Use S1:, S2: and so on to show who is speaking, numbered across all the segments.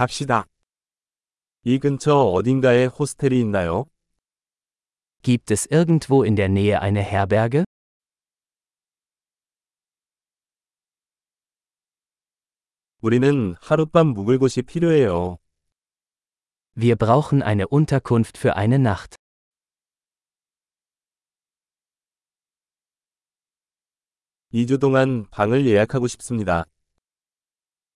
S1: 갑시다. 이 근처 어딘가에 호스텔이 있나요?
S2: Gibt es irgendwo in der Nähe eine Herberge?
S1: 우리는 하룻밤 묵을 곳이 필요해요.
S2: Wir brauchen eine Unterkunft für eine Nacht.
S1: 이 주 동안 방을 예약하고 싶습니다.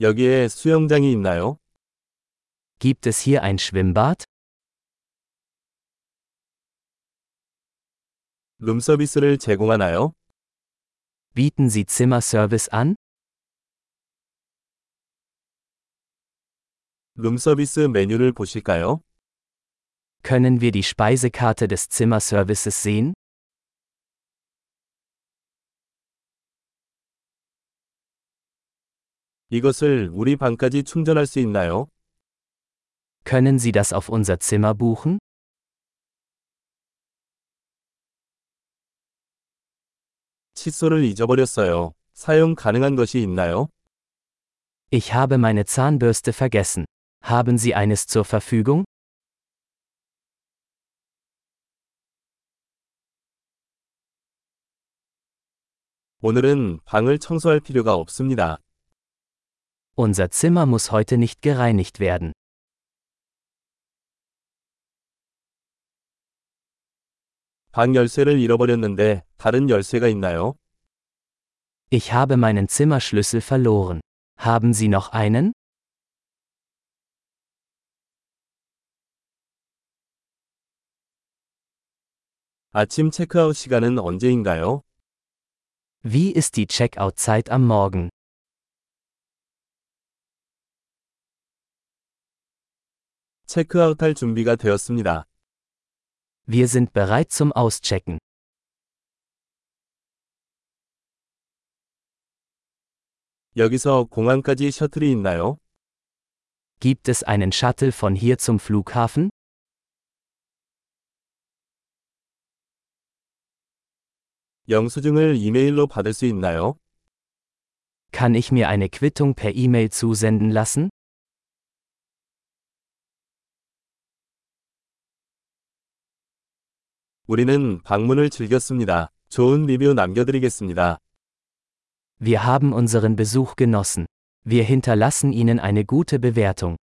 S1: 여기에 수영장이 있나요?
S2: Gibt es hier ein Schwimmbad?
S1: 룸 서비스를 제공하나요?
S2: Bieten Sie Zimmerservice an?
S1: 룸 서비스 메뉴를 보실까요?
S2: Können wir die Speisekarte des Zimmerservices sehen?
S1: 이것을 우리 방까지 충전할 수 있나요?
S2: Können Sie das auf unser Zimmer buchen?
S1: 칫솔을 잊어버렸어요. 사용 가능한 것이 있나요?
S2: Ich habe meine Zahnbürste vergessen. Haben Sie eines zur Verfügung?
S1: 오늘은 방을 청소할 필요가 없습니다.
S2: Unser Zimmer muss heute nicht gereinigt werden.
S1: 방 열쇠를 잃어버렸는데 다른 열쇠가 있나요?
S2: Ich habe meinen Zimmerschlüssel verloren. Haben Sie noch einen?
S1: 아침 체크아웃 시간은 언제인가요?
S2: Wie ist die Checkout-Zeit am Morgen?
S1: 체크아웃할 준비가 되었습니다.
S2: Wir sind bereit zum Auschecken.
S1: 여기서 공항까지 셔틀이 있나요?
S2: Gibt es einen Shuttle von hier zum Flughafen?
S1: 영수증을 이메일로 받을 수 있나요?
S2: Kann ich mir eine Quittung per E-Mail zusenden lassen?
S1: 우리는 방문을 즐겼습니다. 좋은 리뷰 남겨드리겠습니다.
S2: Wir haben unseren Besuch genossen. Wir hinterlassen Ihnen eine gute Bewertung.